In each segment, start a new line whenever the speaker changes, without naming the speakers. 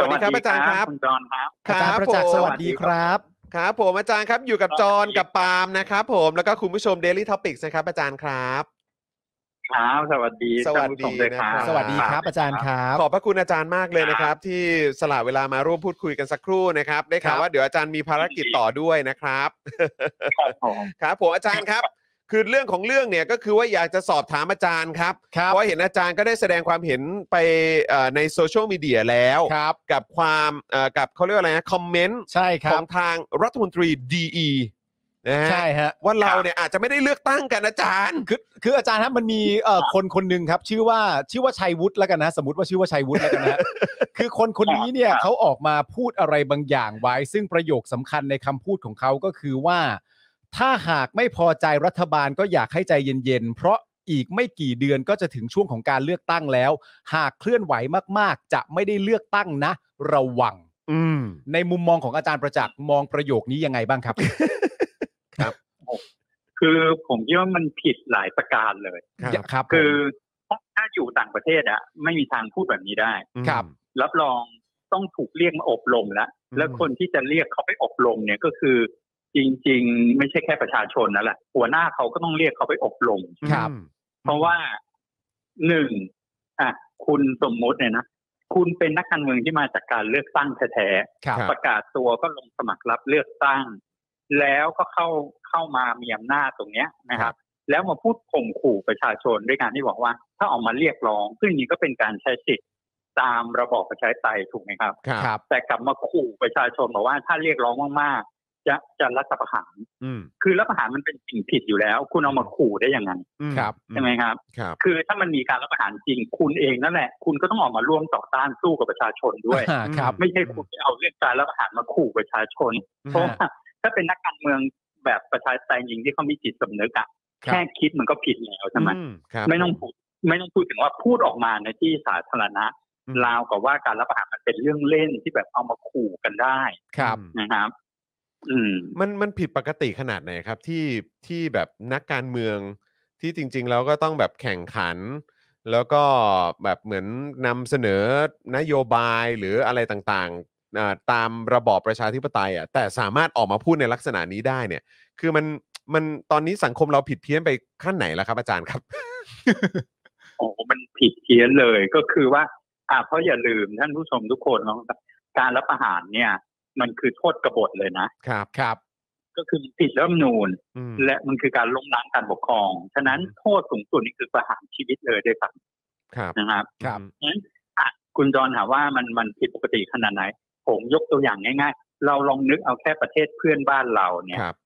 วัสดีครับอาจารย์ครับ
คุณจอนครับ
ค
อาจาร
รั
ย์
บ
ประจักษ์
ผม
สวัสดีครับ
ครับผมอาจารย์ครับอยู่กับจอห์นกับปาล์มนะครับผมแล้วก็คุณผู้ชม Daily Topics นะครับอาจารย์ครับ
ครับ สวัสดี
สวัสดี
ท่านผู้ชมด้วยครับ
นะ
สวัสดีครับอาจารย์ครับ
ขอบพระคุณอาจารย์มากเลยนะครับ ที่สละเวลามาร่วมพูดคุยกันสักครู่นะครับ ได้ข่าว
ครับ
ว่าเดี๋ยวอาจารย์มีภารกิจต่อด้วยนะครับ
ครับผม
ครับผมอาจารย์ครับ คือเรื่องของเรื่องเนี่ยก็คือว่าอยากจะสอบถามอาจารย์ครับ
ครับ
เพราะเห็นอาจารย์ก็ได้แสดงความเห็นไปเอ่อในโซเชียลมีเดียแล้ว
ครับ
กับความเอ่อกับเขาเรียกว่าอะไรนะคอมเมนต์
ใช่ค
ข
รั
อบ งทางรัฐมนตรีดีนะฮะ
ใช่ฮะ
ว่าเราเนี่ยอาจจะไม่ได้เลือกตั้งกันอาจารย์
คือคืออาจารย์ครับมันมีเอ่อคนคนหนึ่งครับ ชื่อว่าชื่อว่าชัยวุฒิแล้วกันนะสมมติว่าชื่อว่าชัยวุฒิแล้วกันนะฮะ คือคนคนนี้เนี่ยเขาออกมาพูดอะไรบางอย่างไว้ ซึ่งประโยคสำคัญในคำพูดของเขาก็คือว่า ถ้าหากไม่พอใจรัฐบาลก็อยากให้ใจเย็นๆ เพราะอีกไม่กี่เดือนก็จะถึงช่วงของการเลือกตั้งแล้ว หากเคลื่อนไหวมากๆ จะไม่ได้เลือกตั้งนะ ระวัง
อืม
ในมุมมองของอาจารย์ประจักษ์มองประโยคนี้ยังไงบ้างครับ
คือผมคิดว่ามันผิดหลายประการเลย
ครับ
ครับผม
คือถ้าอยู่ต่างประเทศอะไม่มีทางพูดแบบนี้ได้
ครับ
รับรองต้องถูกเรียกมาอบรมแล้ว
อืม
แล้วคนที่จะเรียกเขาไปอบรมเนี่ยก็คือ จริง ๆ ไม่ใช่แค่ประชาชนนั่นแหละหัวหน้าเขาก็ต้องเรียกเขาไปอบรม
ครับ
เพราะว่าหนึ่งอ่ะคุณสมมุติเนี่ยนะคุณเป็นนักการเมืองที่มาจากการเลือกตั้งแท้
ครับ
ค
ๆ
บ
ประกาศตัวก็ลงสมัครรับเลือกตั้ง แล้วก็เข้าเข้ามามีอำนาจตรงเนี้ยนะครับ แล้วมาพูดข่มขู่ประชาชนด้วยการที่บอกว่า ถ้าออกมาเรียกร้อง ซึ่งนี้ก็เป็นการใช้สิทธิ์ตามระบอบประชาธิปไตยถูกไหมครับ
ครั
ครับ บ
แต่กลับมาขู่ประชาชนบอกว่าถ้าเรียกร้องมากๆจะจะรัฐประหาร
อืม
คือรัฐประหารมันเป็นสิ่งผิดอยู่แล้ว คุณเอามาขู่ได้ยังไง
อืม
ครับ
ใช่ไหมครับ
ครับ
คือถ้ามันมีการรับประหารจริงคุณเองนั่นแหละ คุณก็ต้องออกมาร่วมต่อต้านสู้กับประชาชนด้วย
อ่าครับ
ไม่ใช่คุณไปเอาเรื่องการรับประหารมาขู่ประชาชน เพราะว่าถ้าเป็นนักการเมืองแบบประชาธิปไตยจริงที่เขามีจิตสำนึกอะ
ครับ
แค่คิดมันก็ผิดแล้วใช่ไหม
ครับ
ไม่ต้องพูดไม่ต้องพูดถึงว่าพูดออกมาในที่สาธารณะ
อืม
ราวกับว่าการรับประหารมันเป็นเรื่องเล่นที่แบบเอามาขู่กันได้
ครับ
นะครับ อืม
มันมันผิดปกติขนาดไหนครับ ที่ที่แบบนักการเมืองที่จริง ๆ แล้วก็ต้องแบบแข่งขัน แล้วก็แบบเหมือนนำเสนอนโยบายหรืออะไรต่างๆอ่าตามระบอบประชาธิปไตยอ่ะแต่สามารถออกมาพูดในลักษณะนี้ได้เนี่ย คือมันมันตอนนี้สังคมเราผิดเพี้ยนไปขั้นไหนแล้วครับอาจารย์ครับ
โอ้โหมันผิดเพี้ยนเลยก็คือว่า อ่าเพราะอย่าลืมท่านผู้ชมทุกคนว่าการรับประหารเนี่ย มันคือโทษกบฏเลยนะ
ครับ
ครับ
ก็คือผิดรัฐธรรมนูญ
อืม
และมันคือการล้มล้างการปกครอง ฉะนั้นโทษสูงสุดนี่คือประหารชีวิตเลยด้วยซ้
ครับ
ำนะครับ
ครับ
อ่ะคุณจรถามว่ามันมันผิดปกติขนาดไหน ผมยกตัวอย่างง่าย ๆ เราลองนึกเอาแค่ประเทศเพื่อนบ้านเราเนี่ย
ครับ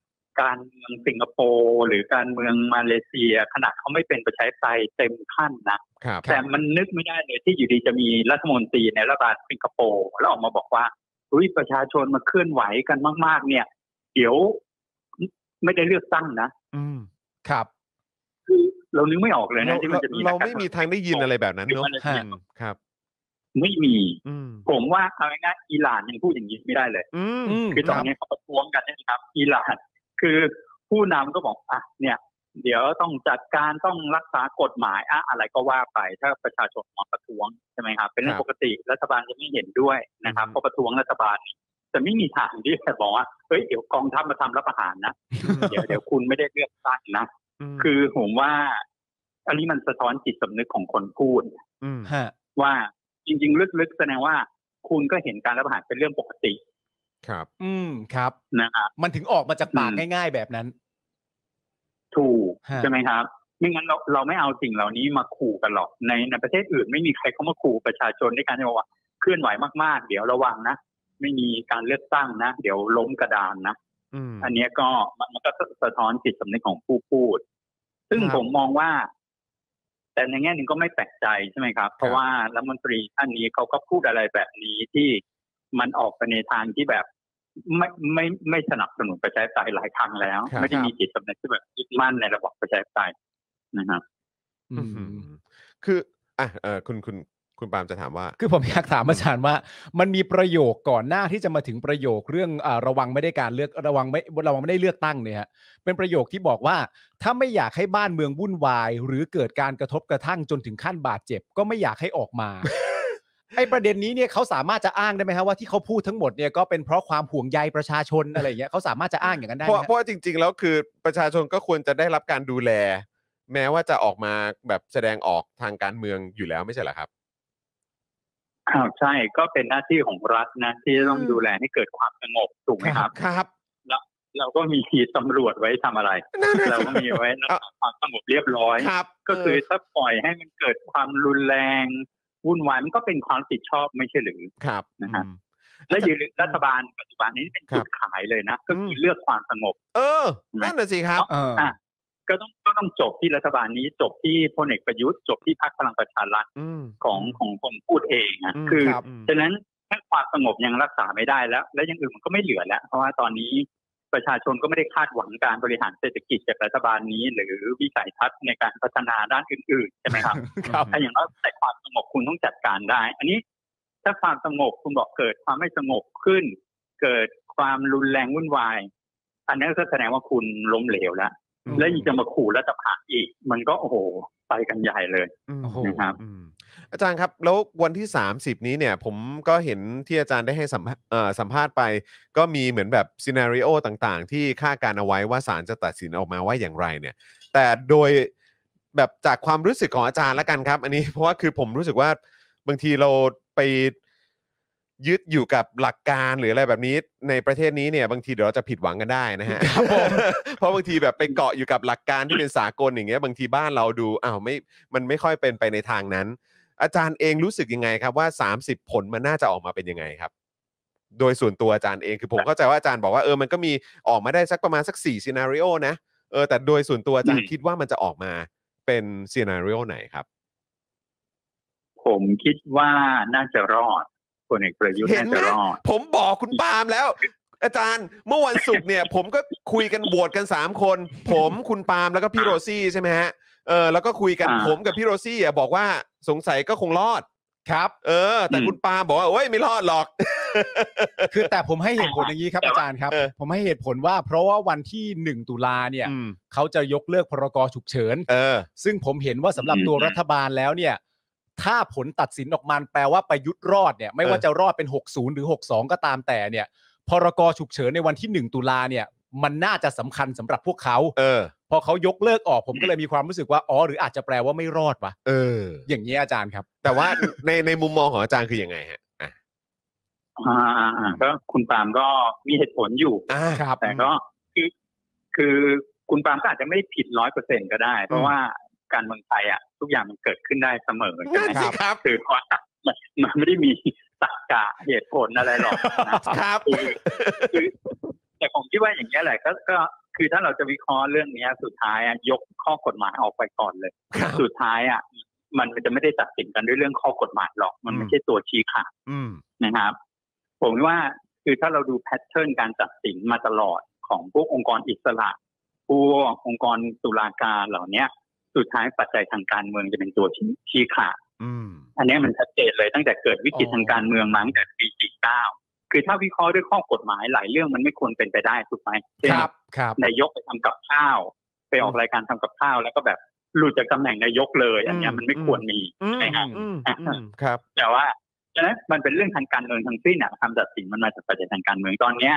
การเมืองสิงคโปร์หรือการเมืองมาเลเซีย ขนาดเขาไม่เป็นประชาธิปไตยเต็มขั้นนะ
ครับ
แต่มันนึกไม่ได้เลยที่อยู่ดีจะมีรัฐมนตรีในรัฐบาลสิงคโปร์แล้วออกมาบอกว่าอุ้ยประชาชนมาเคลื่อนไหวกันมาก ๆ เนี่ย เดี๋ยวไม่ได้เลือกตั้งนะ
อืม
ครับ
เรานึกไม่ออกเลย
เรา
นะที่มันจะมี
เราไม่มีทางได้ยินอะไรแบบนั้น
หรือ
เนาะ
มันจะ
อื
เนี่ย
มครับ
ไม่มี
อืม
ผมว่าเอาง่ายๆอิหร่านยังพูดอย่างนี้ไม่ได้เลย
อืม
อืม
คือตอนนี้เขาประท้วงกันนะครับ อิหร่าน คือผู้นำก็บอกอ่ะเนี่ย เดี๋ยวต้องจัดการต้องรักษากฎหมายอะอะไรก็ว่าไป ถ้าประชาชนมาประท้วงใช่ไหมครับ เป็นเรื่องปกติรัฐบาลจะไม่เห็นด้วยนะครับเพราะประท้วงรัฐบาลเนี่ยจะไม่มีทางที่จะบอกว่าเฮ้ยเดี๋ยวกองทัพมาทำรัฐประหาร นะเดี๋ยวเดี๋ยวคุณไม่ได้เลือกตั้งนะ
ม
คือผมว่า อันนี้มันสะท้อนจิตสำนึกของคนพูด
ม
ฮะ
ว่าจริง ๆ ลึกๆแสดงว่า คุณก็เห็นการรัฐประหารเป็นเรื่องปกติ
ครับ
อืมครับ
นะครับ
มันถึงออกมาจากปาก
อืม
ง่ายๆแบบนั้น
ถูก
ฮะ
ใช่ไหมครับ ไม่งั้นเราเราไม่เอาสิ่งเหล่านี้มาขู่กันหรอกในในประเทศอื่นไม่มีใครเขามาขู่ประชาชนด้วยการที่บอกว่าเคลื่อนไหวมากๆ เดี๋ยวระวังนะไม่มีการเลือกตั้งนะ เดี๋ยวล้มกระดานนะ
อืม
อันเนี้ยก็มันมันก็สะท้อนจิตสำนึกของผู้พูด ซึ่ง
ครับ
ผมมองว่า แต่ในแง่หนึ่งก็ไม่แปลกใจใช่ไหมครับ เพราะว่ารัฐมนตรีท่านนี้เขาก็พูดอะไรแบบนี้ที่มันออกไปในทางที่แบบ ไม่ไม่ไม่สนับสนุนประชาธิปไตยหลายครั้งแล้ว
ครับ
ไม่ได้มีจิตสำนึกที่แบบยึดมั่นในระบอบประชาธิปไตยนะครับ
อื
อื
ม
มคืออ่ะเออคุณคุณคุณปาล์มจะถามว่า
คือผมอยากถามอาจารย์ว่า มันมีประโยคก่อนหน้าที่จะมาถึงประโยคเรื่องอาระวังไม่ได้การเลือกระวังไม่ระวังไม่ได้เลือกตั้งเนี่ยฮะเป็นประโยคที่บอกว่า ถ้าไม่อยากให้บ้านเมืองวุ่นวาย หรือเกิดการกระทบกระทั่งจนถึงขั้นบาดเจ็บ ก็ไม่อยากให้ออกมา ไอ้ประเด็นนี้เนี่ยเขาสามารถจะอ้างได้ไหมฮะว่าที่เขาพูดทั้งหมดเนี่ยก็เป็นเพราะความห่วงใยประชาชนอะไรอย่างเงี้ยเขาสามารถจะอ้างอย่างนั้นได้
เพ
ไหม
ราะ
ฮะ
เพราะว่าจริง ๆ แล้วคือประชาชนก็ควรจะได้รับการดูแล แม้ว่าจะออกมาแบบแสดงออกทางการเมืองอยู่แล้วไม่ใช่เหรอครับ
อ้าวใช่ก็เป็นหน้าที่ของรัฐนะที่จะต้อง
อืม
ดูแลให้เกิดความสงบถูกไหมครับ
ครับ
เราก็มีทีตำรวจไว้ทำอะไร
นั่นน่ะ
เรา
สิ
ก็มีไว้รัก
อ่ะ
ษาความสงบเรียบร้อย
ครับ
ก็คือถ้าปล่อยให้มันเกิดความรุนแรงวุ่นวายมันก็เป็นความผิดชอบไม่ใช่หรือ
ครับ
นะฮะ
อืม
และอยืนรัฐบาลปัจจุบันนี้เป็น
ครับ
จุดขายเลยนะ ก็คืออ
ม
เลือกความสงบ
เออ นั่นน่ะสิครับ
เออ
อ่ะ ก็ต้องก็ต้องจบที่รัฐบาลนี้จบที่พลเอกประยุทธ์จบที่พรรคพลังประชารัฐ
อืม
ของของคนพูดเองอะ
ม
คือ
รับม
ฉะนั้นถ้าความสงบยังรักษาไม่ได้แล้ว และอยังอื่นมันก็ไม่เหลือแล้ว เพราะว่าตอนนี้ประชาชนก็ไม่ได้คาดหวังการบริหารเศรษฐกิจจากรัฐบาลนี้ หรือวิสัยทัศน์ในการพัฒนาด้านอื่นๆใช่ไหมครับ
ครับ
ถ้าอย่างน้อยแต่ความสงบคุณต้องจัดการได้ อันนี้ถ้าความสงบคุณบอกเกิดความไม่สงบขึ้น เกิดความรุนแรงวุ่นวาย อันนั้นก็แสดงว่าคุณล้มเหลวแล้ว
อืม
และยังจะมาขู่รัฐประหารอีก มันก็โอ้โหไปกันใหญ่เลย
อืม
โอ้โห
นะครับ
อืมอาจารย์ครับ แล้ววันที่ 30 นี้เนี่ย ผมก็เห็นที่อาจารย์ได้ให้สัมภาเอ่อสัมภาษณ์ไป ก็มีเหมือนแบบซีนารีโอต่างๆ ที่คาดการณ์เอาไว้ว่าศาลจะตัดสินออกมาว่าอย่างไรเนี่ย แต่โดยแบบจากความรู้สึกของอาจารย์ละกันครับ อันนี้เพราะว่าคือผมรู้สึกว่าบางทีเราไปยึดอยู่กับหลักการหรืออะไรแบบนี้ ในประเทศนี้เนี่ยบางทีเดี๋ยวเราจะผิดหวังกันได้นะฮะ
ครับผม
เพราะบางทีแบบไปเกาะอยู่กับหลักการที่เป็นสากลอย่างเงี้ยบางทีบ้านเราดูอ้าวไม่ มันไม่ค่อยเป็นไปในทางนั้น อาจารย์เองรู้สึกยังไงครับว่า 30 ผลมันน่าจะออกมาเป็นยังไงครับ โดยส่วนตัวอาจารย์เองคือผมเข้าใจว่าอาจารย์บอกว่าเออมันก็มีออกมาได้สักประมาณสัก4ซีนารีโอนะเออแต่โดยส่วนตัวอาจารย์
อืม
คิดว่ามันจะออกมาเป็นซีนารีโอไหนครับ
ผมคิดว่าน่าจะรอดพลเอกประยุทธ์
เห็น
น่า
ไหม
จะรอด
ผมบอกคุณปาล์มแล้ว อาจารย์เมื่อวันศุกร์เนี่ย ผมก็คุยกันโหวตกันสามคน ผมคุณปาล์มแล้วก็พี่โรซี่ใช่ไหมฮะเออแล้วก็คุยกัน
อ่า
ผมกับพี่โรซี่อะบอกว่าสงสัยก็คงรอดครับ เออ แต่
อืม
คุณปาล์มบอกว่าโอ้ยไม่รอดหรอก
คือแต่ผมให้เหตุผลอย่างนี้ครับ
แต่ว่า
อาจารย์ครับ
เออ
ผมให้เหตุผลว่า เพราะว่าวันที่ 1 ตุลาเนี่ย
อืม
เขาจะยกเลิกพรกฉุกเฉิน
เออ
ซึ่งผมเห็นว่าสำหรับตัว
อืม
รัฐบาลแล้วเนี่ย ถ้าผลตัดสินออกมาแปลว่าประยุทธ์รอดเนี่ย ไม่ว่า
เออ
จะรอดเป็น 60 หรือ 62 ก็ตามแต่เนี่ย พรกฉุกเฉินในวันที่ 1 ตุลาเนี่ย มันน่าจะสำคัญสำหรับพวกเขา
เออ
พอเขายกเลิกออกผมก็เลยมีความรู้สึกว่าอ๋อหรืออาจจะแปลว่าไม่รอดวะ
เออ
อย่างนี้ยอาจารย์ครับ
แต่ว่า ในในมุมมองของอาจารย์คือยังไงฮะอ่ะ
อ่าอ่าอ่าก็คุณปาล์มก็มีเหตุผลอยู่
อ่า
ครับ
แต่ก็คือคือคุณปาล์มก็อาจจะไม่ได้ผิดร้อยเปอร์เซ็นก็ได้ เพราะว่าการเมืองไทยอ่ะ ทุกอย่างมันเกิดขึ้นได้เสมอใช่
นั่น
ไหม
สิครับ
คือข้อตัดมันมันไม่ได้มีตรรกะเหตุผลอะไรหรอกนะครับ คือคือแต่ผมคิดว่าอย่างนี้ยแหละก็ก็คือถ้าเราจะวิเคราะห์เรื่องเนี้ย สุดท้ายอะยกข้อกฎหมายออกไปก่อนเลย
ครับ
สุดท้ายอ่ะมันจะไม่ได้ตัดสินกันด้วยเรื่องข้อกฎหมายหรอก มันไม่ใช่ตัวชี้ขาด
อืม
นะครับ ผมว่าคือถ้าเราดูแพทเทิร์นการตัดสินมาตลอดของพวกองค์กรอิสระพวกองค์กรตุลาการเหล่าเนี้ย สุดท้ายปัจจัยทางการเมืองจะเป็นตัวชี้ชี้ขาด
อืม
อันเนี้ยมันชัดเจนเลยตั้งแต่เกิดวิกฤต
อ๋อ
ทางการเมืองมาตั้งแต่ปี 49 คือถ้าวิเคราะห์ด้วยข้อกฎหมายหลายเรื่องมันไม่ควรเป็นไปได้ถูกไหมเช่น
ครับครับ
นายกไปทำกับข้าว ไปออกรายการทำกับข้าว แล้วก็แบบหลุดจากตำแหน่งนายกเลย อันเนี้ยมันไม่ควรมี
อืม
ใช่ครับ
อืมอืมครับ
แต่ว่าฉะนั้นมันเป็นเรื่องทางการเมืองทั้งสิ้นนะคำตัดสินมันมาจากประเด็นทางการเมืองตอนเนี้ย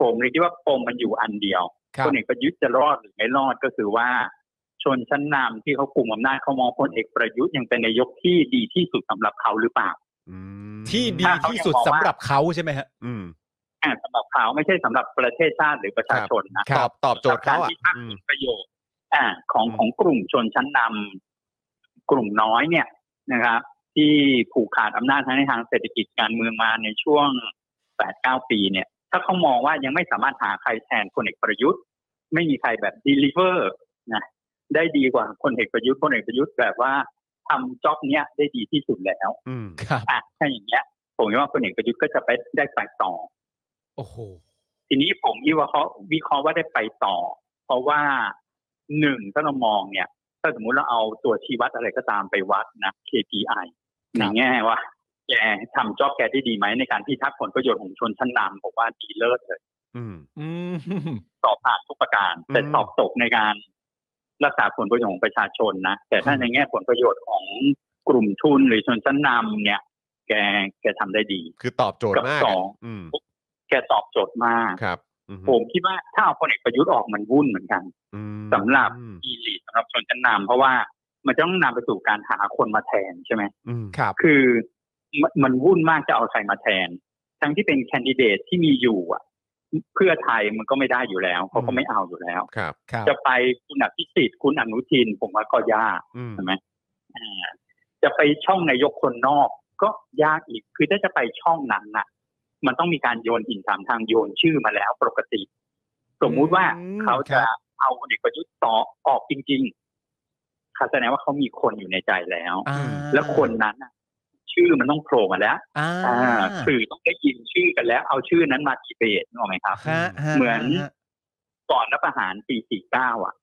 ผมเลยคิดว่าปมมันอยู่อันเดียว
ครับ
นเอกประยุทธ์จะรอดหรือไม่รอดก็คือว่า ชนชั้นนำที่เขากลุ่มอำนาจเขามองพลเอกประยุทธ์ยังเป็นนายกที่ดีที่สุดสำหรับเขาหรือเปล่า
อืม
ที่ดีที่สุดสำหรับเขาใช่ไหมฮะ
อืม
อ่าสำหรับเขาไม่ใช่สำหรับประเทศชาติหรือประชาชนนะ
ตอบตอบโจทย์เขาอ่ะ
กรพิพาก
อืม
ษ์ผลประโยชน์อ่าของ
อืม
ของกลุ่มชนชั้นนำกลุ่มน้อยเนี่ยนะครับ ที่ผูกขาดอำนาจทั้งในทางเศรษฐกิจการเมืองมาในช่วงแปดเก้าปีเนี่ย ถ้าเขามองว่ายังไม่สามารถหาใครแทนคนเอกประยุทธ์ ไม่มีใครแบบ deliver นะได้ดีกว่าคนเอกประยุทธ์คนเอกประยุทธ์แบบว่าทำจ็อบเนี้ยได้ดีที่สุดแล้ว
อืม
ครับ
อ่ะถ้าอย่างเงี้ย ผมคิดว่าคนเอกประยุทธ์ก็จะไปได้ไปต่อ
โอ้โห
ทีนี้ผมวิเคราะห์วิเคราะห์ว่าได้ไปต่อ เพราะว่าหนึ่งถ้าเรามองเนี่ย ถ้าสมมุติเราเอาตัวชี้วัดอะไรก็ตามไปวัดนะ KPI ในแง่ว่าแกทำจอบแกได้ดีไหมในการพิทักษ์ผลประโยชน์ของชนชั้นนำผมว่าดีเลิศเลย
อืม
อืม
สอบผ่านทุกประการ
อืม
แต่สอบตกในการรักษาผลประโยชน์ของประชาชนนะ แต่ถ้าในแง่ผลประโยชน์ของกลุ่มทุนหรือชนชั้นนำเนี่ย แกแกทำได้ดี
คือตอบโจทย์มาก
กั
อะ
บสอง
อืม
แกตอบโจทย์มาก
ครับอือฮึ
ผมคิดว่าถ้าเอาพลเอกประยุทธ์ออกมันวุ่นเหมือนกัน
อืม
สำหรับ
อืม
อีลีสำหรับชนชั้นนำเพราะว่ามันจะต้องนำไปสู่การหาคนมาแทนใช่ไหม
อืม
ครับ
คือมมันวุ่นมากจะเอาใครมาแทน ทั้งที่เป็นแคนดิเดตที่มีอยู่อ่ะ เพื่อไทยมันก็ไม่ได้อยู่แล้วเขาก็ไม่เอาอยู่แล้ว
ครับ
ครับ
จะไปคุณอภิสิทธิ์คุณอนุทิน ผมว่าก็ยาก
อืม
ใช่ไหมอ่าจะไปช่องนายกคนนอกก็ยากอีกคือถ้าจะไปช่องนั้นน่ะ มันต้องมีการโยนหินถามทางโยนชื่อมาแล้วปกติ สมมุติว่า
อืม
เขาจะเอาพลเอกประยุทธ์ต่อออกจริงๆค่ะแสดงว่าเขามีคนอยู่ในใจแล้ว
อ่า
แล้วคนนั้นน่ะ ชื่อมันต้องโผล่มาแล้ว
อ่า
อ่าสื่อต้องได้ยินชื่อกันแล้ว เอาชื่อนั้นมาดีเบตนึกออกไหมครับ
ฮะฮะ
เหมือน
ฮะ
ก่อนรัฐประหารปี 49 อ่ะ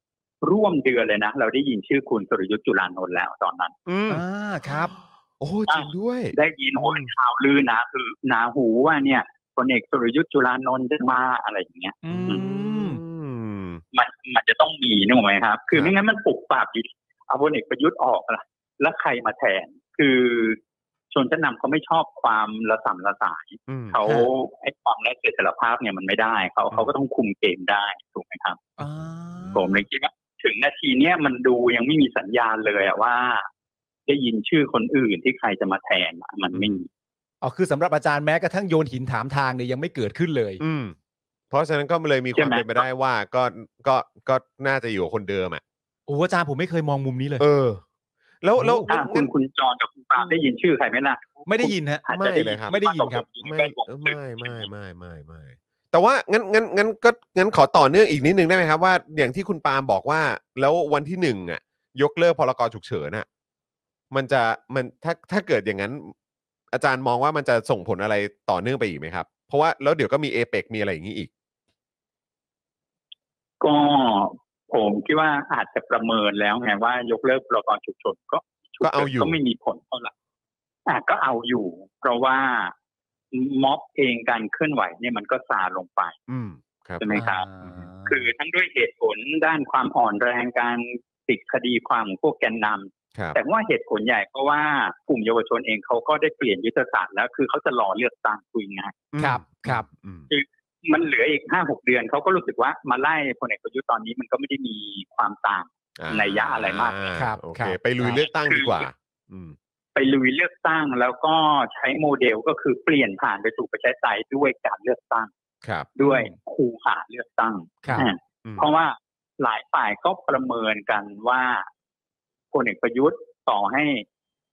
ร่วมเดือนเลยนะ เราได้ยินชื่อคุณสุรยุทธ์จุลานนท์แล้วตอนนั้น
อืม
อ่าครับ
โอ้จริงด้วย
ได้ยินโอ้ยเป็นข่าวลือนะคือหนาหูว่าเนี่ยพลเอกสุรยุทธ์จุลานนท์จะมาอะไรอย่างเงี้ย
อืม
ม
มันมันจะต้องมีนึกออกไหมครับ คื
ค
อ
รับ
ไม่งั้นมันปลุกปราบอยู่เอาพลเอกประยุทธ์ออกละแล้วใครมาแทน คือชนชั้นนำเขาไม่ชอบความระสำระสาย
อืม
เขา
ฮะ
ไอ้ความแลกเปลี่ยนสารภาพเนี่ยมันไม่ได้เขาเขาก็ต้องคุมเกมได้ถูกไหมครับ
อ่า
ผมเลยคิดว่าถึงนาทีเนี้ยมันดูยังไม่มีสัญญาณเลยอะว่า ได้ยินชื่อคนอื่นที่ใครจะมาแทนอะมันไม่มี
อ๋อคือสำหรับอาจารย์แม้กระทั่งโยนหินถามทางเนี่ยยังไม่เกิดขึ้นเลย
อืม เพราะฉะนั้นก็เลยมีความเป็นไปได้ว่าก็ก็ก็น่าจะอยู่กับคนเดิมอ่ะ
โอ้อาจารย์ผมไม่เคยมองมุมนี้เลย
เออ แล้วแล้ว
โอ้
อ่ะ
งั้น
คุณคุณจอนกับคุณปาล์มได้ยินชื่อใครไหมล่ะ
ไม่ได้ยินฮะ
อาจ
ไม่
จะด้
เลยครับ
ไม่ได้ยินครับ
ยิน
ไม่
แวดวง
เออ
สื่อ
ไม่ไม่ไม่ไม่ไม่ แต่ว่างั้นงั้นงั้นก็งั้นขอต่อเนื่องอีกนิดนึงได้ไหมครับว่าอย่างที่คุณปาล์มบอกว่า แล้ววันที่หนึ่งอ่ะ ยกเลิกพรกฉุกเฉินอ่ะ มันจะมันถ้าถ้าเกิดอย่างนั้น อาจารย์มองว่ามันจะส่งผลอะไรต่อเนื่องไปอีกไหมครับ เพราะว่าแล้วเดี๋ยวก็มีเอเปกมีอะไรอย่างนี้อีก
ก็ผมคิดว่าอาจจะประเมินแล้วไงว่ายกเลิกพรกฉุกเฉินก็
ก็เอาอยู่
ก็ไม่มีผลเท่าไหร่อ่ะก็เอาอยู่ เพราะว่าม็อบเองการเคลื่อนไหวเนี่ยมันก็ซาลงไป
อืมครับ
ใช่ไหมครับ
อ่า
คือทั้งด้วยเหตุผลด้านความอ่อนแรงการติดคดีความของพวกแกนนำ
ครับ
แต่ว่าเหตุผลใหญ่เพราะว่ากลุ่มเยาวชนเองเขาก็ได้เปลี่ยนยุทธศาสตร์แล้วคือเขาจะรอเลือกตั้งคุยงาน
ครับครับ
อืม
มันเหลืออีกห้าหกเดือนเขาก็รู้สึกว่ามาไล่พลเอกประยุทธ์ตอนนี้มันก็ไม่ได้มีความต่าง
อ่า
นัยยะอะไรมาก
ครับ
โอเค
ครับ
ไปลุยเลือกตั้งดีกว่า อืม
ไปลุยเลือกตั้งแล้วก็ใช้โมเดลก็คือเปลี่ยนผ่านไปสู่ประชาธิปไตยด้วยการเลือกตั้ง
ครับ
ด้วยคูหาเลือกตั้ง
ครับ
อ่า
อืม
เพราะว่าหลายฝ่ายก็ประเมินกันว่าพลเอกประยุทธ์ต่อให้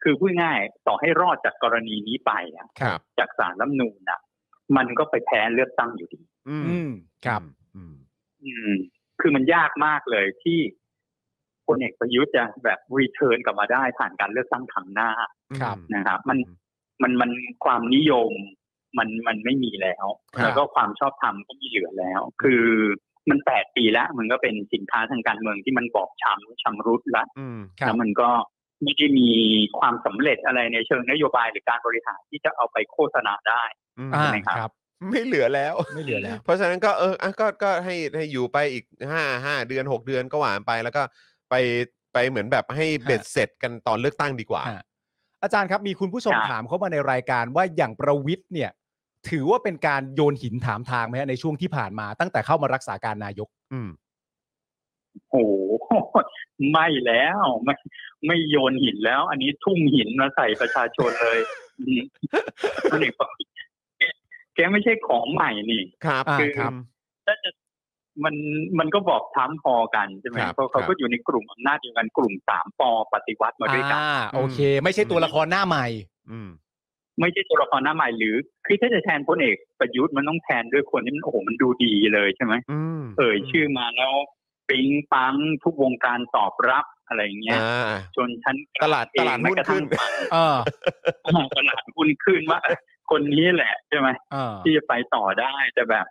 คือพูดง่ายๆต่อให้รอดจากกรณีนี้ไปอะ
ครับ
จากสารรัฐธรรมนูญอะมันก็ไปแพ้เลือกตั้งอยู่ดี
อืม
อืมครับ
อืม
อืม คือมันยากมากเลยที่พลเอกประยุทธ์จะแบบรีเทิร์นกลับมาได้ผ่านการเลือกตั้งครั้งหน้า
ครับ
นะครับ มัน
อืม
มันมันความนิยม มันมันไม่มีแล้ว
ครับ
แล้วก็ความชอบธรรมก็ไม่เหลือแล้ว คือมันแปดปีแล้วมันก็เป็นสินค้าทางการเมืองที่มันบอบช้ำชำรุดละ
อืม
ครับ
แล้วมันก็ไม่ได้มีความสำเร็จอะไรในเชิงนโยบายหรือการบริหารที่จะเอาไปโฆษณาได้
อืม
อ่า
ใช่ไหมครับ
ครับ
ไม่เหลือแล้ว
ไม่เหลือแล้ว
เพราะฉะนั้นก็เอออ่ะก็ก็ให้ให้อยู่ไปอีกห้าห้าเดือนหกเดือนก็หวานไป แล้วก็ไปไปเหมือนแบบให้เบ็ดเสร็จกันตอนเลือกตั้งดีกว่า
อ่ะอาจารย์ครับมีคุณผู้ชม
ครับ
ถามเข้ามาในรายการว่าอย่างประวิทย์เนี่ย ถือว่าเป็นการโยนหินถามทางไหมฮะในช่วงที่ผ่านมาตั้งแต่เข้ามารักษาการนายก
อืม
โอ้โห ไม่แล้วไม่ไม่โยนหินแล้ว อันนี้ทุ่มหินมาใส่ประชาชนเลย อืมอันนี้ก็แกไม่ใช่ของใหม่นี่
ครับ
อ่า
คื
ครับ
ถ้าจะมันมันก็บอกทั้มพอกันใช่ไหม
ครับ
เพราะเขา
ครั
ก็
บ
อยู่ในกลุ่มอำนาจเดียวกันกลุ่มสามปอปฏิวัติมาด้วยกัน
อ่าโอเค ไม่ใช่ตัวละครหน้าใหม่
อืม
ไม่ใช่ตัวละครหน้าใหม่หรือคือถ้าจะแทนพลเอกประยุทธ์มันต้องแทนด้วยคนที่มันโอ้โหมันดูดีเลยใช่ไหม
อืม
เอ่ยชื่อมาแล้วปิ๊งปังทุกวงการตอบรับอะไรอย่างเงี้ย
อ่า
จนชั้นกง
ตลาด
เอง
ตลาดหุ้น
แม้กระทั่ง
ขึ้น
เออ
ตลาดหุ้นขึ้นว่าคนนี้แหละใช่ไหม
เออ
ที่จะไปต่อได้แต่แบบ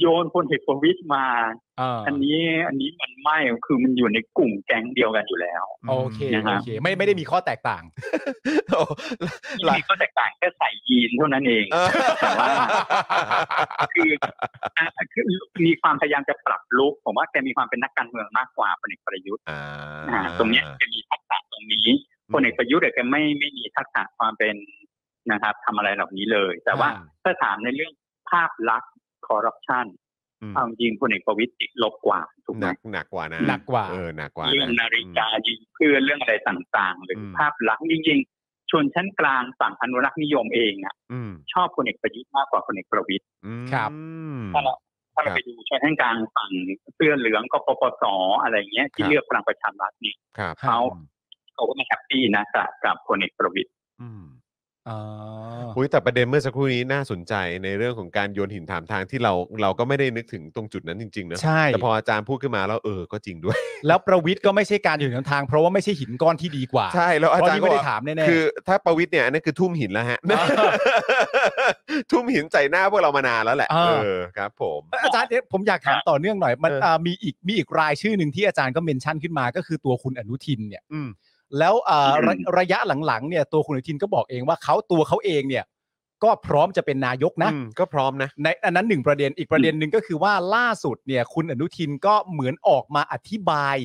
โยนพลเอกประวิตยมา
เอออ
อันนี้อันนี้มันไม่คือมันอยู่ในกลุ่มแก๊งเดียวกันอยู่แล้ว
โอเค
นะค
โอ
รับ
เค ไม่ไม่ได้มีข้อแตกต่าง
โอ้หลัก
นี่ก็แตกต่างแค่ใส่ยีนเท่านั้นเอง
เออ
แต่ว่า คืออ่ะคือมีความพยายามจะปรับลุกผมว่าแกมีความเป็นนักการเมืองมากกว่าพลเอกประยุทธ์
อ่า
อ่าตรงเนี้ยแกมีทักษะตรงนี้พลเอกประยุทธ์เนี่ยแกไม่ไม่มีทักษะความเป็น นะครับทำอะไรเหล่านี้เลย แต่ว่า
อ่า
ถ้าถามในเรื่องภาพลักษณ์คอร์รัปชัน
อืม
เอาจริงพลเอกประวิตยติดลบกว่าถูกไห
ห
ม
นักหนักกว่านะ
หนักกว่า
เออหนักกว่าะ
เรื่องนาฬิกา
อืม
ยิงเพื่อนเรื่องอะไรต่างๆ หรืออ
ม
ภาพลักษณ์จริงๆชนชั้นกลางฝั่งอนุรักษ์นิยมเองอะ
อืม
ชอบพลเอกประยุทธ์มากกว่าพลเอกประวิตย
อืม
ครับ
ถ้าเราถ้าเราไปดูชนชั้นกลางฝั่งเสื้อเหลืองก็ปปสอะไรเงี้ย ที่
ครับ
เลือกพลังประชารัฐนี่
ครับ
เขา เขาก็ไม่แฮปปี้นะกับกับพลเอกประวิตย
อืม
อ๋อ
อุ้ยแต่ประเด็นเมื่อสักครู่นี้น่าสนใจในเรื่องของการโยนหินถามทางที่เราเราก็ไม่ได้นึกถึงตรงจุดนั้นจริงๆนะ
ใช่
แต่พออาจารย์พูดขึ้นมาแล้วเออก็จริงด้วย
แล้วประวิทย์ก็ไม่ใช่การอยู่ทาง เพราะว่าไม่ใช่หินก้อนที่ดีกว่า
ใช่แล้วอา
เพราะ
จารย์
ที่
ก็
ไม่
บ
ได้
อก
ถามแน่
คือถ้าประวิทย์เนี่ยอันนั้นคือทุ่มหินแล้วฮะ
อ่า
ทุ่มหินใจหน้าพวกเรามานานแล้วแหละ
อ่า
เออครับ ผม
ๆเอ้ยอาจารย์เดี๋ยวผมอยากถามต่อเนื่องหน่อย มัน
เอออ่
ามีอีกมีอีกรายชื่อหนึ่งที่อาจารย์ก็เมนชั่นขึ้นมาก็คือตัวคุณอนุทินเนี่ย
อืม
แล้วเอ่อระระยะหลังๆเนี่ยตัวคุณอนุทินก็บอกเองว่าเขาตัวเขาเองเนี่ย ก็พร้อมจะเป็นนายกนะ
อืมก็พร้อมนะ
ในอันนั้นหนึ่งประเด็นอีกประเด็นหนึ่งก็คือว่าล่าสุดเนี่ย คุณอนุทินก็เหมือนออกมาอธิบาย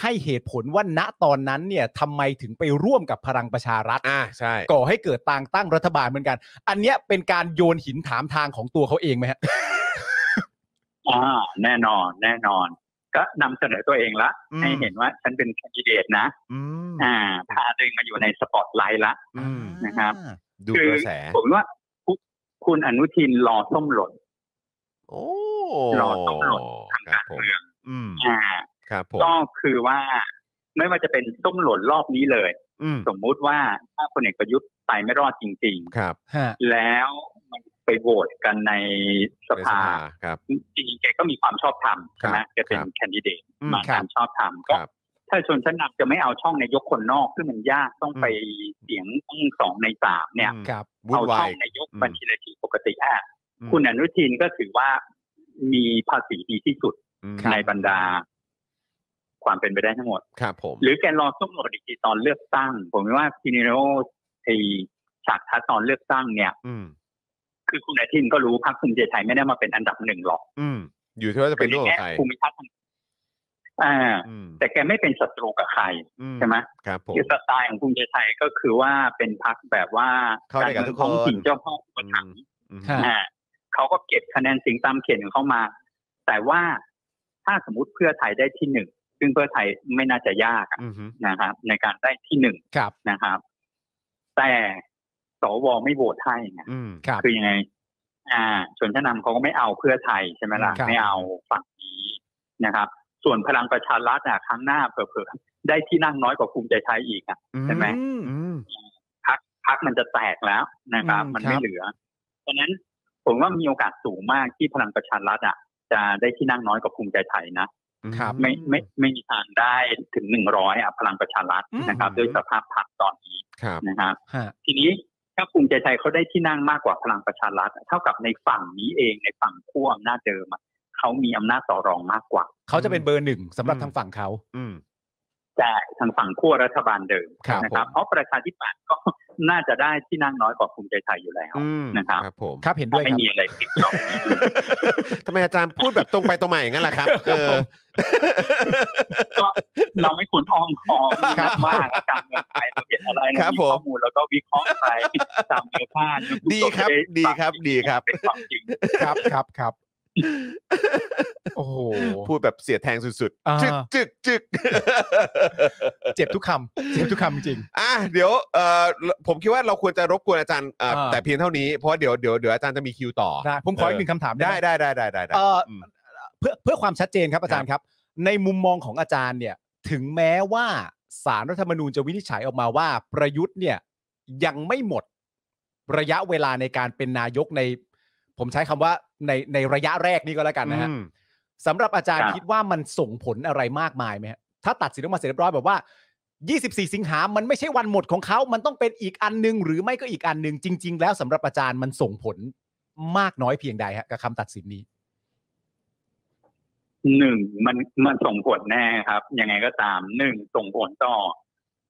ให้เหตุผลว่าณตอนนั้นเนี่ยทำไมถึงไปร่วมกับพลังประชารัฐ
อ่าใช่
ก่อให้เกิดต่างตั้งรัฐบาลเหมือนกัน อันเนี้ยเป็นการโยนหินถามทางของตัวเขาเองไหมฮะ
อ่าแน่นอนแน่นอน ก็นำเสนอตัวเองละ
อืม
ให้เห็นว่าฉันเป็นแคนดิเดตนะ
อืม
อ่าพาตัวเองมาอยู่ในสปอตไลท์ละ
อืม
นะครับ
ดู
คื
กระแส
ผมว่าคุณคุณอนุทินรอส้มหล่น
โอ้
รอต้องรอ ทาง
ครั
กา
บ
ร
ผม
เมือง
อืม
อ่า
ครับผม
ก็คือว่า ไม่ว่าจะเป็นส้มหล่นรอบนี้เลย
อืม
สมมุติว่าถ้าพลเอกประยุทธ์ไปไม่รอดจริง ๆ
ครับ
ฮะ
แล้วมันไปโหวตกันในส
ใน
ภา
ครับ
จริงๆแกก็มีความชอบธรรมใช่ไหม
ครับ
แกเป็น
ครับ
แคนดิเดต
อืม
มา
ครั
กา
บ
รชอบธรรม
ค
ก็
รับ
ถ้าชนชั้นนำจะไม่เอาช่องนายกคนนอกซึ่งมันยากต้อง
อืม
ไปเสียงต้องสองในสามเนี่ย
อืม
ครับ
วุ่
เอา
นวา
ช่
ย
องนายก
อืม
บัญชีรายชื่อปกติอ่ะ
อืม
คุณอนุทินก็ถือว่ามีภาษีดีที่สุด
อืม
ในบรรดา ความเป็นไปได้ทั้งหมด
ครับผม
หรือแกรอส้มโหลดอีกทีตอนเลือกตั้ง ผมว่าซีเนโรไอฉากทัดตอนเลือกตั้งเนี่ย
อืม
คือคุณอนุทินก็รู้พรรคภูมิใจไทยไม่ได้มาเป็นอันดับหนึ่งหรอก
อืมอยู่ที่ว่าจะเป็นร่วมกับใคร
ภูมิทัศน์ทางอ่า
อืม
แต่แกไม่เป็นศัตรูกับใคร
อื
ใช่ไหม
ครับผม
คือสไตล์ของภูมิใจไทยก็คือว่าเป็นพรรคแบบว่า
เข้าได้กับทุกคน
ท้องถิ่นเจ้าพ่ออุปถัมภ์
อืม
ฮะ
อ่าเขาก็เก็บคะแนนเสียงตามเขตของเขามา แต่ว่าถ้าสมมติเพื่อไทยได้ที่หนึ่งซึ่งเพื่อไทยไม่น่าจะยากอะ
อืมฮึ
นะครับในการได้ที่หนึ่ง
ครับ
นะครับ แต่สวไม่โหวตให้ไง
อืม
ครับ
คือยังไง อ่า ส่วนชนนำเขาก็ไม่เอาเพื่อไทยใช่ไหมล่ะ
ครับ
ไม่เอาฝั่งนี้นะครับ ส่วนพลังประชารัฐอ่ะครั้งหน้าเผื่อๆได้ที่นั่งน้อยกว่าภูมิใจไทยอีกอ่ะ ใช่ไหม
อืม
อืม
พักมันจะแตกแล้วนะครับ
อืม
มัน
ค
ไม่
รับ
เหลือฉะนั้นผมว่ามีโอกาสสูงมากที่พลังประชารัฐอ่ะ จะได้ที่นั่งน้อยกว่าภูมิใจไทยนะ
ครับ
ไม่ไม่ไม่มีทางได้ถึงหนึ่งร้อยอ่ะพลังประชารัฐนะครับ
อืม
ด้วยสภาพพรรคตอนนี้
ครับ
นะครับ
ฮะ
ทีนี้ถ้าภูมิใจไทยเขาได้ที่นั่งมากกว่าพลังประชารัฐเท่ากับในฝั่งนี้เองในฝั่งขั้วอำนาจเดิมอะเขามีอำนาจต่อรองมากกว่า
เขาจะเป็นเบอร์หนึ่งสำหรับทางฝั่งเขา
อืม
แต่ทางฝั่งขั้วรัฐบาลเดิม
ครับ
นะครับ
ผม
เพราะประชาธิปัตย์ก็ น่าจะได้ที่นั่งน้อยกว่าภูมิใจไทยอยู่แล้ว
อืม
นะครับ
ครับผม
ครับเห็นด้วยค
ไม่
รับ
มีอะไรผิดหรอก
ทำไมอาจารย์พูดแบบตรงไปตรงมาอย่างนั้นล่ะครับ เออ
ก็เราไม่ควรอ้อมคอม
ครับ
มากๆการเมืองไทยเราเห็นอะไร
ครั
เรา
บ
มี
ผม
ข้อมูลแล้วก็วิเคราะห์ ไปตามเนื้อผ้า
ดีครับ ดีครับ ดีครับ
เป็นความจริง
ครับครับครับ โอ้โห
พูดแบบเสียแทงสุด
อ่า
ๆ จึกจึกจึก
เจ็บทุกคำเจ็บทุกคำจริง
อ่ะเดี๋ยวเอ่อผมคิดว่าเราควรจะรบกวนอาจารย์เอ่อ
อ่า
แต่เพียงเท่านี้ เพราะเดี๋ยวเดี๋ยวเดี๋ยวอาจารย์จะมีคิวต่อ
ได้ผมขออีกหนึ่งคำถาม
ได้
ได้หม
ได้ได้ได้ได้ได้
เอ่ออื
ม
เพื่อเพื่อความชัดเจนครับอาจารย์ครับ ในมุมมองของอาจารย์เนี่ยถึงแม้ว่าสารรัฐธรรมนูญจะวินิจฉัยออกมาว่าประยุทธ์เนี่ยยังไม่หมดระยะเวลาในการเป็นนายกใน ผมใช้คำว่าในในระยะแรกนี่ก็แล้วกันนะฮะ
อืม
สำหรับอาจารย์
ครับ
คิดว่ามันส่งผลอะไรมากมายไหมฮะถ้าตัดสินออกมาเสร็จเรียบร้อยแบบว่า 24 สิงหามันไม่ใช่วันหมดของเขามันต้องเป็นอีกอันหนึง หรือไม่ก็อีกอันหนึงจริง ๆ แล้วสำหรับอาจารย์มันส่งผลมากน้อยเพียงใดฮะกับคำตัดสินนี้
หนึ่งมันมันส่งผลแน่ครับ ยังไงก็ตามหนึ่งส่งผลต่อ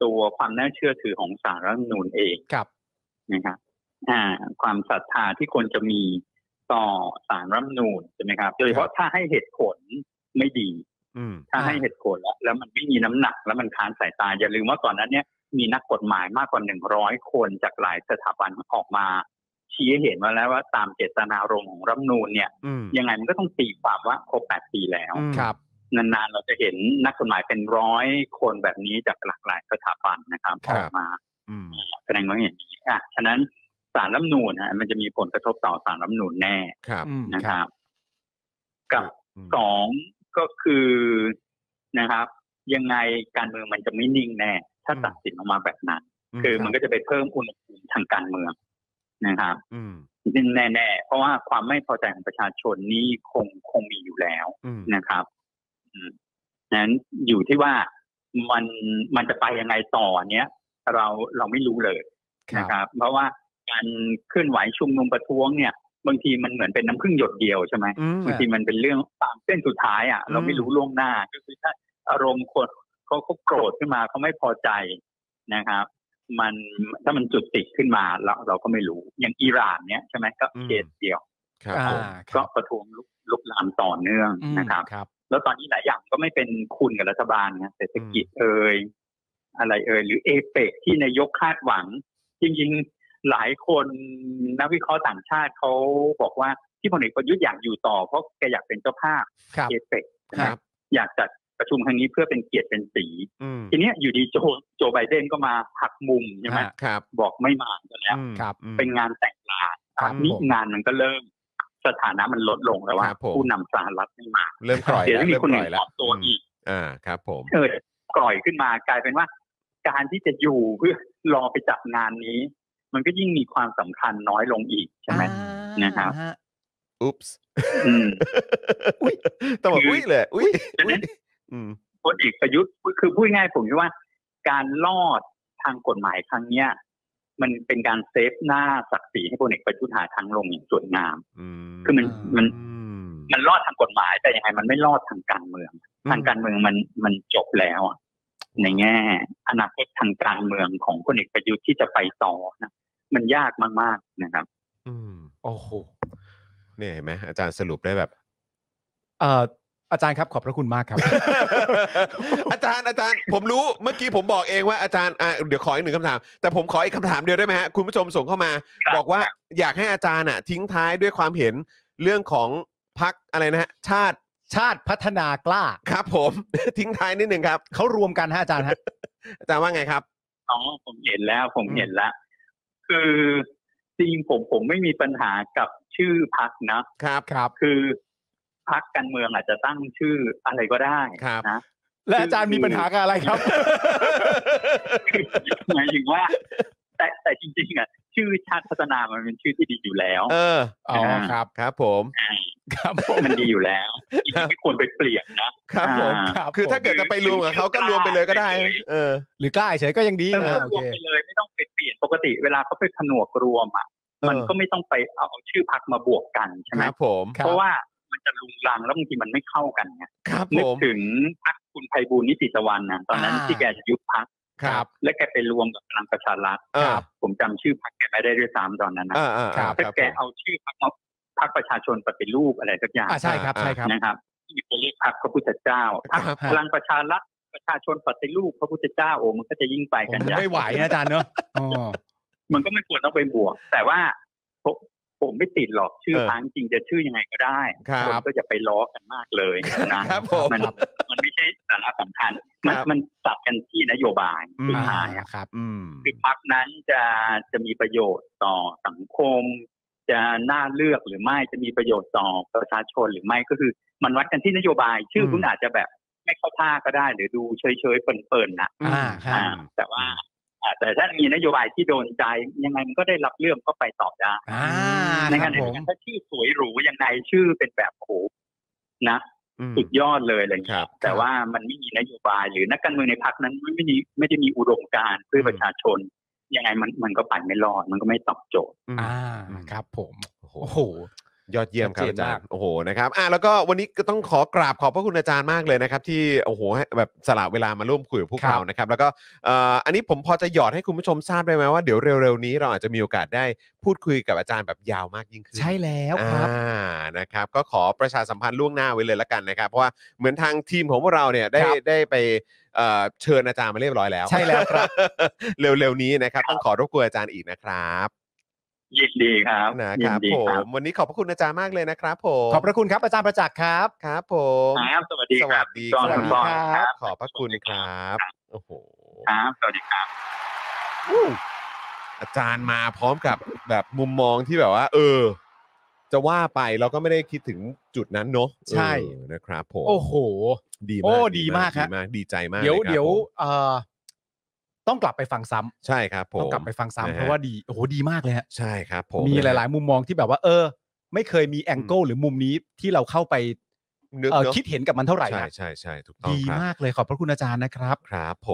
ตัวความน่าเชื่อถือของสารรัฐธรรมนูญเอง
ครับ
นะครับอ่า ความศรัทธาที่คนจะมีต่อสารรัฐธรรมนูญใช่ไหมครับโดยเฉพาะถ้าให้เหตุผลไม่ดี
อืม
ถ้า
อ่า
ให้เหตุผลแล้วแล้วมันไม่มีน้ำหนัก แล้วมันค้านสายตาอย่าลืมว่าก่อนหนั้นเนี่ย มีนักกฎหมายมากกว่าหนึ่งร้อยคนจากหลายสถาบันออกมา ชี้ให้เห็นมาแล้วว่าตามเจตนารมณ์ของรัฐธรรมนูญเนี่ย
อืม
ยังไงมันก็ต้องตีความว่าครบแปดปีแล้ว
อืม
ครับ
นานๆ เราจะเห็นนักกฎหมายเป็นร้อยคนแบบนี้จากหลากหลายสถาบันนะครับ
ค
อ
รับ
อกมา
อืม
แสดงความเห็นอย่างนี้อ่ะฉะนั้นสารรัฐธรรมนูญฮะมันจะมีผลกระทบต่อสารรัฐธรรมนูญแน่
ครับ
อืม
นะ
ค
ครับรับ กับ
ม
สองก็คือนะครับ ยังไงการเมืองมันจะไม่นิ่งแน่ ถ้าตัดสินออกมาแบบนั้น คือมันก็จะไปเพิ่มอุณหภูมิทางการเมืองนะครับ
อืม
แน่ๆเพราะว่าความไม่พอใจของประชาชนนี่คงคงมีอยู่แล้ว
อืม
นะครับอืมนั้นอยู่ที่ว่ามันมันจะไปยังไงต่อเนี้ยเราเราไม่รู้เลย
ครับ
นะครับ เพราะว่าการเคลื่อนไหวชุมนุมประท้วงเนี่ย บางทีมันเหมือนเป็นน้ำพึ่งหยดเดียวใช่ไหม
อืม
บางทีมันเป็นเรื่องตามเส้นสุดท้ายอ่ะ เราไม่รู้ล่วงหน้าก็คือถ้าอารมณ์คนเขาเขาโกรธขึ้นมาเขาไม่พอใจนะครับ มันถ้ามันจุดติดขึ้นมาเราเราก็ไม่รู้อย่างอิหร่านเนี่ยใช่ไหมก็
อืม
เคสเดียว
ครับ
อ่าค
ก็
รับ
ประท้วงลุกลุกลามต่อเนื่อง
อืม
นะครับ
ครับ
แล้วตอนนี้หลายอย่างก็ไม่เป็นคุณกับรัฐบาลนะเศรษฐกิจเอ่ยอะไรเอ่ยหรือเอเปกที่นายกคาดหวัง จริงๆหลายคนนักวิเคราะห์ต่างชาติเขาบอกว่าที่พลเอกประยุทธ์อยากอยู่ต่อเพราะแกอยากเป็นเจ้าภาพ
ครับ
เอเปก
ครับ
อยากจัดประชุมครั้งนี้เพื่อเป็นเกียรติเป็นสี
อืม
ทีเนี้ยอยู่ดีโจโจไบเดนก็มาหักมุมใช่ไหม
ฮะ
ครับ
บอกไม่มากันแล้ว
อืม
ครับ
อืม
เป็นงานแต่งงาน
ครับ
นี่
ผม
งานมันก็เริ่มสถานะมันลดลงแล้วว่า
ครับผม
ผู้นำสหรัฐไม่มา
เริ่มกร่อย
เดี๋ยว
แล้ว
จะมี
เริ่ม
คน
ก
ห
ร่
นึ่
อง ย
ป
แล้
ล
ว
อมตัว
ม
อีก
อ่าครับผม
เกิดกล่อยขึ้นมากลายเป็นว่า การที่จะอยู่เพื่อรอไปจัดงานนี้ มันก็ยิ่งมีความสำคัญน้อยลงอีกใช่ไหม นะครับ
อ่าฮ
อุ๊ปส์
อืม
ต้องบอก
คืออุ๊
อุ้ยเลยอุ้ย
ดัง
อุ้ย
นั้น
อืม
พลเอกประยุทธ์คือพูดง่ายๆผมคิดว่า การรอดทางกฎหมายครั้งเนี้ยมันเป็นการเซฟหน้าศักดิ์ศรีให้พลเอกประยุทธ์หาทางลงอย่างสวยงาม
อืม
คือมันมัน
อืม
มันรอดทางกฎหมายแต่ยังไงมันไม่รอดทางการเมือง ทางการเมืองมันมันจบแล้วอะในแง่ อนาคตทางการเมืองของพลเอกประยุทธ์ที่จะไปต่อนะมันยากมากๆนะครับ
อืม
โอ้โห
เนี่ยเห็นไหมอาจารย์สรุปได้แบบ
เอ่ออาจารย์ครับขอบพระคุณ มากครับ
อาจารย์อาจารย์ผมรู้เมื่อกี้ผมบอกเองว่าอาจารย์อ่ะเดี๋ยวขออีกหนึ่งคำถาม แต่ผมขออีกคำถามเดียวได้ไหมฮะคุณผู้ชมส่งเข้ามา บอกว่าอยากให้อาจารย์อ่ะ ทิ้งท้ายด้วยความเห็นเรื่องของพักอะไรนะฮะชาติ
ชาติพัฒนากล้า
ครับผม ทิ้งท้ายนิดหนึ่งครับ
เขารวมกันฮะอาจารย์ฮะ
อาจารย์ว่าไงครับ
อ๋อผมเห็นแล้วผมเห็นแล้ว คือจริงผมผมไม่มีปัญหากับชื่อพักนะครับ
ครับ
คือพักการเมืองอาจจะตั้งชื่ออะไรก็ได้
ครับ
นะ
และอาจารย์มีปัญหากับอะไรครับ
หมายถึงว่า แต่แต่จริงๆอ่ะชื่อชาติพัฒนามันเป็นชื่อที่ดีอยู่แล้ว
เออ
อ๋อครับ
ครับผม
ครับผม
มันดีอยู่แล้วจริงๆไม่ควรไปเปลี่ยนนะ
ครับผม
อ่า
ครับ
คือถ้าเกิดจะไปรวมกับเขาก็รวมไปเลยก็ได้ เออ
หรือกล้าเฉยๆก็ยังดี
เออ
อ่าโอ
รว
เค
มไปเลยไม่ต้องไปเปลี่ยนปกติเวลาเขาไปผนวกรวมอ่ะมันก็ไม่ต้องไปเอาชื่อพักมาบวกกันใช่ไห
ค
ม
รับผม
ครับ
เพราะว่ามันจะลุงลังแล้วบางทีมันไม่เข้ากันไง
ครับ
นึ
ผ
ก
ม
ถึงพักคุณไพบูลย์นิติตะวันนะตอนนั้น
อ่า
ที่แกจะยุบพัก
ครับ
และแกไปรวมกับพลังประชารัฐ
เออ
ผมจำชื่อพักแกไม่ได้ด้วยซ้ำตอนนั้นนะ
อ่าอ่าอ่า
ถ้าแกเอาชื่อพักมาพักประชาชนปฏิรูปอะไรสักอย่าง
อ่าใช่ครับใช่ครับ
นะครับที่ไปเรียกพักพระพุทธเจ้าพรรค
ครับ
พลังประชารัฐประชาชนปฏิรูปพระพุทธเจ้าโอ้มันก็จะยิ่งไป
ผ
กัน
ม
ใหญ่
ไม่ไหวนะอาจาร ย์เนอะอ๋อ
มันก็ไม่ควรต้องไปบวก แต่ว่าผมผมไม่ติดหรอกชื่อพังจริงจะชื่อยังไงก็ได้
ครับ
นก็จะไปล้อกันมากเลยนะครับ
ผม
มันมันไม่ใช่สาระสำคัญ มัน
ครับ
มันตัดกันที่นโยบายสุดท้ายอะ
ครับ
อืม
คือพักนั้นจะจะมีประโยชน์ต่อสังคม จะน่าเลือกหรือไม่จะมีประโยชน์ต่อประชาชนหรือไม่ก็คือ มันวัดกันที่นโยบาย ชื่ออ
ม
คุณอาจจะแบบไม่เข้าท่าก็ได้ หรือดูเฉยๆเปิ่นๆนะ
อืม
อ่าครั
อ่า
บ
แต่ว่าอ่าแต่ถ้ามีนโยบายที่โดนใจยังไงมันก็ได้รับเรื่องก็ไปต่อได้
อ่า
ใน
ค
ข
รับ
ณะ
ผ
เดียว
ม
กันถ้าชื่อสวยหรูยังไงชื่อเป็นแบบโอ้โหนะ
อืม
สุดยอดเลยอะไรอย่าง
ครั
เงี้
บ
ยแต่ว่ามันไม่มีนโยบายหรือนักการเมืองในพรรคนั้นไม่ไม่มีไม่ได้มีอุดมการณ์เพื่ออ
ม
ประชาชน ยังไงมันมันก็ไปไม่รอดมันก็ไม่ตอบโจทย์
อืม
อ่า
อืม
ครับผม
โอ้โห
โอ้โห
ยอดเยี่ยมครับ
ชัด
อา
เจน
จาร
มาก
ย์โอ้โหนะครับอ่ะแล้วก็วันนี้ก็ต้องขอกราบขอบพระคุณอาจารย์มากเลยนะครับ ที่โอ้โหให้แบบสละเวลามาร่วมคุยกับพวกเรานะครับ แล้วก็เอ่ออันนี้ผมพอจะหยอดให้คุณผู้ชมทราบได้ไหมว่าเดี๋ยวเร็วๆนี้เราอาจจะมีโอกาสได้พูดคุยกับอาจารย์แบบยาวมากยิ่งขึ้น
ใช่แล้วครับ
อ่านะครับก็ขอประชาสัมพันธ์ล่วงหน้าไว้เลยละกันนะครับ เพราะว่าเหมือนทางทีมของพวกเราเนี่ยได้
ครับ
ได้ไป เอ่อเชิญอาจารย์มาเรียบร้อยแล้ว
ใช่แล้วครับ
เร็วๆนี้นะครับ ต้องขอรบกวนอาจารย์อีกนะครับ
ยินดีครับ
นะ
ยิ
ครับ
ดี
ผ
ครับ
มวันนี้ขอบพระคุณอาจารย์มากเลยนะครับผม
ขอบพระคุณครับอาจารย์ประจักษ์ครับ
ครับผม
ครับสวัสดี
ส
ค
วั
รับ
สดี
จอห์น
ค
คุ
รั
ณ
บ
บอลครับ
ขอบพระคุณครับโอ้โห
ครับสวัสดีครับ
อาจารย์มาพร้อมกับแบบมุมมองที่แบบว่า เออ จะว่าไปเราก็ไม่ได้คิดถึงจุดนั้นเนอะ
ใช่
เออนะครับผม
โอ้โห
ดีมาก
โอ้ดีมากฮะ
ดีมากดีใจมาก
เดี๋ยว
ลครับ
เดี๋ยว
ผม
เอ่อต้องกลับไปฟังซ้ำ
ใช่ครับผม
ต้องกลับไปฟังซ้ำ
นะฮะ
เพราะว่าดีโอ้โหดีมากเลยฮะ
ใช่ครับผม
มีหลาย ๆ มุมมองที่แบบว่า เออ ไม่เคยมีแองเกิลหรือมุมนี้ที่เราเข้าไป
ๆนึก
เอ่อ
เนอะ
คิดเห็นกับมันเท่าไหร่
ใช่
นะ
ใช่ใช่ถูกต้อง
ดี
ครับ
มากเลยขอบพระคุณอาจารย์นะครับ
ครับผม